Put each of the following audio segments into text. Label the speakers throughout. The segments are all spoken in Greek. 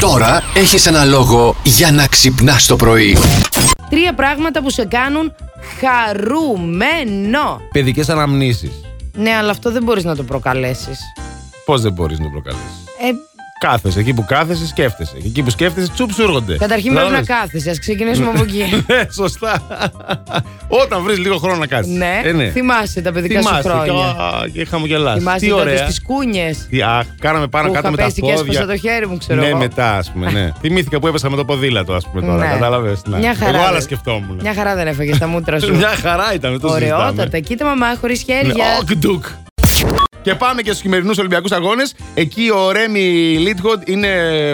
Speaker 1: Τώρα έχεις ένα λόγο για να ξυπνάς το πρωί.
Speaker 2: Τρία πράγματα που σε κάνουν χαρούμενο.
Speaker 3: Παιδικές αναμνήσεις.
Speaker 2: Ναι, αλλά αυτό δεν μπορείς να το προκαλέσεις.
Speaker 3: Πώς δεν μπορείς να το προκαλέσεις.
Speaker 2: Ε,
Speaker 3: Κάθεσαι. Εκεί που κάθεσαι, σκέφτεσαι. Και Εκεί που σκέφτεσαι, τσουψούργονται.
Speaker 2: καταρχήν πρέπει να
Speaker 3: Κατάλαβες?
Speaker 2: κάθεσαι. Ας ξεκινήσουμε από εκεί.
Speaker 3: Ναι, σωστά. Όταν βρεις λίγο χρόνο να κάτσει.
Speaker 2: ναι. θυμάσαι τα παιδικά σου χρόνια.
Speaker 3: Ε, Και, και χαμογελά.
Speaker 2: Θυμάσαι
Speaker 3: Τι
Speaker 2: τότε
Speaker 3: ωραία.
Speaker 2: στις κούνιες
Speaker 3: Τι, αχ, κάναμε πάνω
Speaker 2: που
Speaker 3: κάτω
Speaker 2: είχα
Speaker 3: με τα
Speaker 2: πέσει και έσπασα
Speaker 3: πόδια.
Speaker 2: το χέρι μου, ξέρω
Speaker 3: ναι,
Speaker 2: εγώ.
Speaker 3: μετά, ας πούμε. Ναι. Θυμήθηκα που έπεσα με το ποδήλατο, ας πούμε τώρα.
Speaker 2: Ναι.
Speaker 3: Κατάλαβες.
Speaker 2: Μια χαρά.
Speaker 3: Εγώ άλλα
Speaker 2: δεν-
Speaker 3: σκεφτόμουν.
Speaker 2: Μια χαρά δεν έφαγες τα μούτρα σου.
Speaker 3: Μια χαρά ήταν, δεν το συζητάμε.
Speaker 2: Ωραιότατα. Κοίτα μαμά, χωρίς χέρια.
Speaker 3: Οκντουκ. Ναι, Και πάμε και στους χειμερινούς Ολυμπιακούς Αγώνες. Εκεί ο Ρέμι Λίτγοντ είναι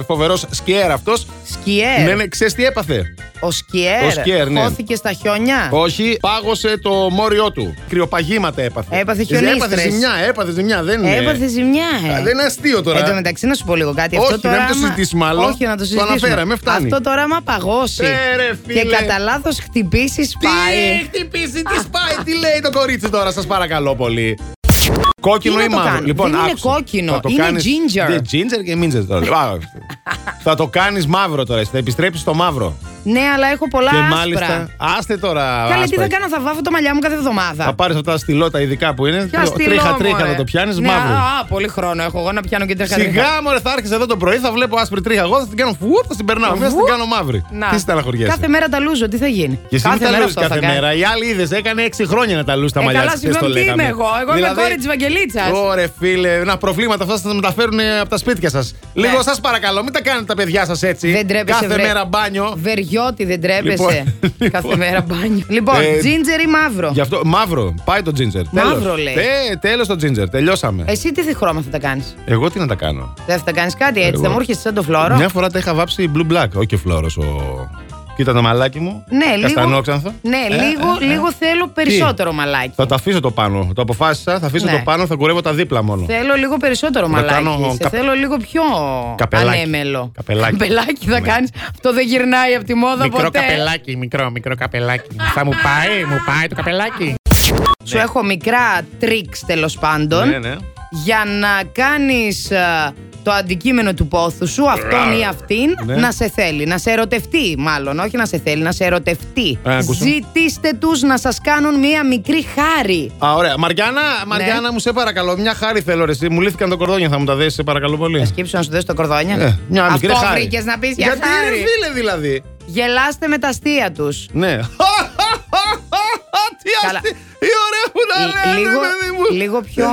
Speaker 3: φοβερός σκιέρ αυτός. Ναι,
Speaker 2: Σκιέρ.
Speaker 3: ναι, ξέρεις τι έπαθε.
Speaker 2: Ο
Speaker 3: Ο
Speaker 2: Σκιέρ.
Speaker 3: Σκιέρ, ναι.
Speaker 2: Χώθηκε στα χιόνια.
Speaker 3: Όχι, πάγωσε το μόριό του. Κρυοπαγήματα έπαθε.
Speaker 2: Έπαθε
Speaker 3: Έπαθε
Speaker 2: χιονίστρες.
Speaker 3: ζημιά, έπαθε ζημιά. Δεν είναι.
Speaker 2: Έπαθε ζημιά, ε.
Speaker 3: ναι. Α, Δεν είναι αστείο τώρα.
Speaker 2: Εν τω μεταξύ, να σου πω λίγο κάτι.
Speaker 3: Όχι,
Speaker 2: αυτό
Speaker 3: να
Speaker 2: τώρα,
Speaker 3: μην το
Speaker 2: άμα-
Speaker 3: συζητήσουμε άλλο.
Speaker 2: Όχι, να το
Speaker 3: Το
Speaker 2: συζητήσουμε.
Speaker 3: αναφέραμε, φτάνει.
Speaker 2: Αυτό τώρα, άμα παγώσει
Speaker 3: Ε, ρε, φίλε.
Speaker 2: και κατά λάθος χτυπήσεις,
Speaker 3: Τι
Speaker 2: πάει.
Speaker 3: χτυπήσεις, τι σπάει, τι λέει το κορίτσι τώρα, σας παρακαλώ πολύ. Κόκκινο
Speaker 2: Τι
Speaker 3: ή
Speaker 2: να το
Speaker 3: μαύρο.
Speaker 2: κάνω, δεν είναι
Speaker 3: άκουσε.
Speaker 2: κόκκινο,
Speaker 3: Θα το
Speaker 2: είναι
Speaker 3: κάνεις-
Speaker 2: ginger.
Speaker 3: Δεν ginger και μίντζερ τώρα. Α, θα το κάνεις μαύρο τώρα, εσύ, θα επιστρέψεις στο μαύρο.
Speaker 2: Ναι, αλλά έχω πολλά
Speaker 3: και
Speaker 2: άσπρα.
Speaker 3: μάλιστα. Άστε τώρα.
Speaker 2: Καλέ, τι
Speaker 3: άσπρα.
Speaker 2: θα κάνω, θα βάφω το μαλλιά μου κάθε εβδομάδα.
Speaker 3: Θα πάρεις αυτά τα στυλό τα ειδικά που είναι.
Speaker 2: Ποια στυλό,
Speaker 3: Τρίχα-τρίχα
Speaker 2: μωρέ.
Speaker 3: να το πιάνεις
Speaker 2: ναι,
Speaker 3: μαύρο.
Speaker 2: Α, α, πολύ χρόνο έχω εγώ να πιάνω και τρίχα τρίχα.
Speaker 3: Σιγά μωρέ θα άρχισε εδώ το πρωί, θα βλέπω άσπρη τρίχα. Εγώ θα την κάνω φουουπ, θα την περνάω. Μια θα την
Speaker 2: Φουουπ.
Speaker 3: κάνω μαύρη. Τι στεναχωριέσαι.
Speaker 2: Κάθε μέρα τα λούζω, τι θα γίνει.
Speaker 3: Και εσύ
Speaker 2: κάθε
Speaker 3: μην τα
Speaker 2: μέρα
Speaker 3: λούζεις
Speaker 2: αυτό θα
Speaker 3: κάθε
Speaker 2: κάνω.
Speaker 3: μέρα. Οι άλλοι είδες, έκανε 6 χρόνια να τα λούσει τα
Speaker 2: Ε,
Speaker 3: μαλλιά
Speaker 2: καλά,
Speaker 3: της, χθες
Speaker 2: συγγνώμη,
Speaker 3: το
Speaker 2: τι
Speaker 3: λέγαμε.
Speaker 2: είμαι εγώ. Εγώ είμαι
Speaker 3: Δηλαδή,
Speaker 2: κόρη της Βαγγελίτσας.
Speaker 3: Ωρε φίλε, να προβλήματα αυτά θα τα μεταφέρουν ε, από τα σπίτια σας. Λίγο σας παρακαλώ, μην τα κάνετε τα παιδιά σας έτσι.
Speaker 2: Ναι. Δεν τρέπεσαι,
Speaker 3: Κάθε
Speaker 2: βρε.
Speaker 3: μέρα μπάνιο.
Speaker 2: Βεριώτη, δεν τρέπεσαι.
Speaker 3: Λοιπόν,
Speaker 2: Κάθε
Speaker 3: λοιπόν.
Speaker 2: μέρα μπάνιο. Λοιπόν,
Speaker 3: Ε,
Speaker 2: τζίντζερ ή μαύρο.
Speaker 3: Γι' αυτό μαύρο, πάει το ginger.
Speaker 2: Μαύρο,
Speaker 3: Τέλος.
Speaker 2: λέει.
Speaker 3: Ε, τέλο το ginger, τελειώσαμε.
Speaker 2: Εσύ τι χρώμα θα τα κάνει.
Speaker 3: Εγώ τι να τα κάνω.
Speaker 2: Δεν θα τα κάνει κάτι έτσι,
Speaker 3: Εγώ.
Speaker 2: θα μου έρχεσαι σαν το φλόρο.
Speaker 3: Μια φορά τα είχα βάψει blue black, όχι φλόρο. Ο... Κοίτα το μαλάκι μου.
Speaker 2: Ναι, λίγο,
Speaker 3: Καστανόξανθο.
Speaker 2: ναι,
Speaker 3: Ε,
Speaker 2: λίγο,
Speaker 3: ε, ε.
Speaker 2: λίγο θέλω περισσότερο μαλάκι.
Speaker 3: Θα τα αφήσω το πάνω. Το αποφάσισα, θα αφήσω
Speaker 2: Ναι.
Speaker 3: το πάνω, θα κουρεύω τα δίπλα μόνο.
Speaker 2: Θέλω λίγο περισσότερο
Speaker 3: Θα
Speaker 2: μαλάκι.
Speaker 3: κάνω
Speaker 2: Σε
Speaker 3: κα-
Speaker 2: θέλω λίγο πιο
Speaker 3: Καπελάκι.
Speaker 2: ανέμελο.
Speaker 3: Καπελάκι.
Speaker 2: θα
Speaker 3: Ναι.
Speaker 2: κάνεις. Αυτό δεν γυρνάει από τη μόδα ποτέ.
Speaker 3: καπελάκι, μικρό, μικρό καπελάκι. Θα μου πάει, μου πάει το καπελάκι.
Speaker 2: Σου έχω μικρά τρίξ τέλος πάντων.
Speaker 3: Ναι, ναι.
Speaker 2: για να κάνεις α, το αντικείμενο του πόθου σου, αυτόν ή αυτήν,
Speaker 3: Ναι.
Speaker 2: να σε θέλει. Να σε ερωτευτεί, μάλλον. Όχι να σε θέλει, να σε ερωτευτεί.
Speaker 3: Ε, άκουσα.
Speaker 2: Ζητήστε τους να σας κάνουν μία μικρή χάρη.
Speaker 3: Α, ωραία. Μαριάννα, Μαριάννα
Speaker 2: Ναι.
Speaker 3: μου σε παρακαλώ. Μια χάρη θέλω ρε. εσύ. Μου λύθηκαν τα κορδόνια, θα μου τα δέσεις, σε παρακαλώ πολύ.
Speaker 2: Σκύψω να σου δώσω το κορδόνια.
Speaker 3: Ε, μια
Speaker 2: Αυτό
Speaker 3: μικρή χάρη.
Speaker 2: βρήκες να πεις για
Speaker 3: Γιατί
Speaker 2: χάρη.
Speaker 3: είναι φίλε δηλαδή.
Speaker 2: Γελάστε με τα αστεία τους.
Speaker 3: Ναι. Τι
Speaker 2: Καλά.
Speaker 3: αστεί. Τι ωραία που να
Speaker 2: Λ-
Speaker 3: λένε,
Speaker 2: λίγο,
Speaker 3: παιδί μου.
Speaker 2: λίγο πιο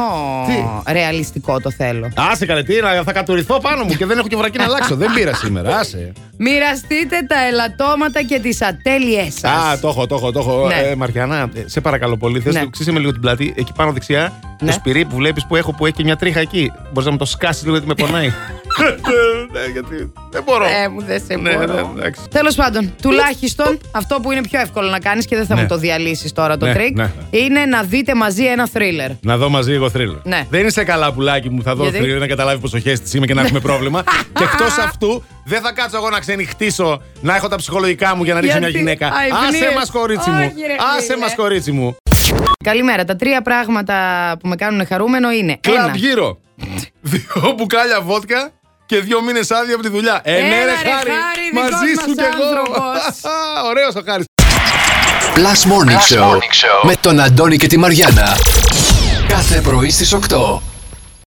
Speaker 3: ναι, Τι.
Speaker 2: ρεαλιστικό το θέλω.
Speaker 3: Άσε καλέ, τι να- θα κατουριθώ πάνω μου και δεν έχω και βρακή να αλλάξω. Δεν πήρα σήμερα. Άσε.
Speaker 2: Μοιραστείτε τα ελαττώματα και τις ατέλειές σας.
Speaker 3: Α, το έχω, το έχω, το έχω.
Speaker 2: Ναι.
Speaker 3: Ε, Μαριανά, ε, σε παρακαλώ πολύ. Θες
Speaker 2: Ναι.
Speaker 3: να ξύσε με λίγο την πλάτη. Εκεί πάνω δεξιά,
Speaker 2: Ναι.
Speaker 3: το σπυρί που βλέπεις που έχω που έχει και μια τρίχα εκεί. Μπορείς να μου το σκάσεις λίγο γιατί με πονάει. ναι, γιατί δεν μπορώ.
Speaker 2: Ε, μου δεν σε
Speaker 3: Ναι,
Speaker 2: μπορώ.
Speaker 3: ναι, εντάξει.
Speaker 2: Τέλος πάντων, τουλάχιστον αυτό που είναι πιο εύκολο να κάνεις και δεν θα
Speaker 3: Ναι.
Speaker 2: μου το διαλύσεις τώρα το
Speaker 3: Ναι,
Speaker 2: τρίκ,
Speaker 3: ναι.
Speaker 2: είναι να δείτε μαζί ένα θρίλερ.
Speaker 3: Να δω μαζί εγώ θρύλο.
Speaker 2: Ναι.
Speaker 3: Δεν είσαι καλά, πουλάκι μου. Θα δω
Speaker 2: Γιατί?
Speaker 3: θρύλο να καταλάβει πόσο χέστη είμαι και να έχουμε πρόβλημα. και εκτός αυτού, δεν θα κάτσω εγώ να ξενυχτήσω, να έχω τα ψυχολογικά μου για να ρίξω
Speaker 2: Γιατί?
Speaker 3: μια γυναίκα.
Speaker 2: Α, ευνίες.
Speaker 3: Άσε μας, κορίτσι μου.
Speaker 2: Όχι, ρε,
Speaker 3: Άσε
Speaker 2: φίλε.
Speaker 3: μας, κορίτσι μου.
Speaker 2: Καλημέρα. Τα τρία πράγματα που με κάνουν χαρούμενο είναι.
Speaker 3: Κλαμπ
Speaker 2: ένα.
Speaker 3: γύρω. δύο μπουκάλια βότκα και δύο μήνες άδεια από τη δουλειά. Ε, ναι,
Speaker 2: Έλα,
Speaker 3: ρε,
Speaker 2: ρε,
Speaker 3: χάρη,
Speaker 2: Χάρη, δικός
Speaker 3: μαζί
Speaker 2: μας
Speaker 3: σου κι εγώ.
Speaker 2: άνθρωπος.
Speaker 3: Ωραίος ο Χάρης.
Speaker 1: Plus Morning, Show, με τον Αντώνη και τη Μαριάνα. Κάθε πρωί στις 8.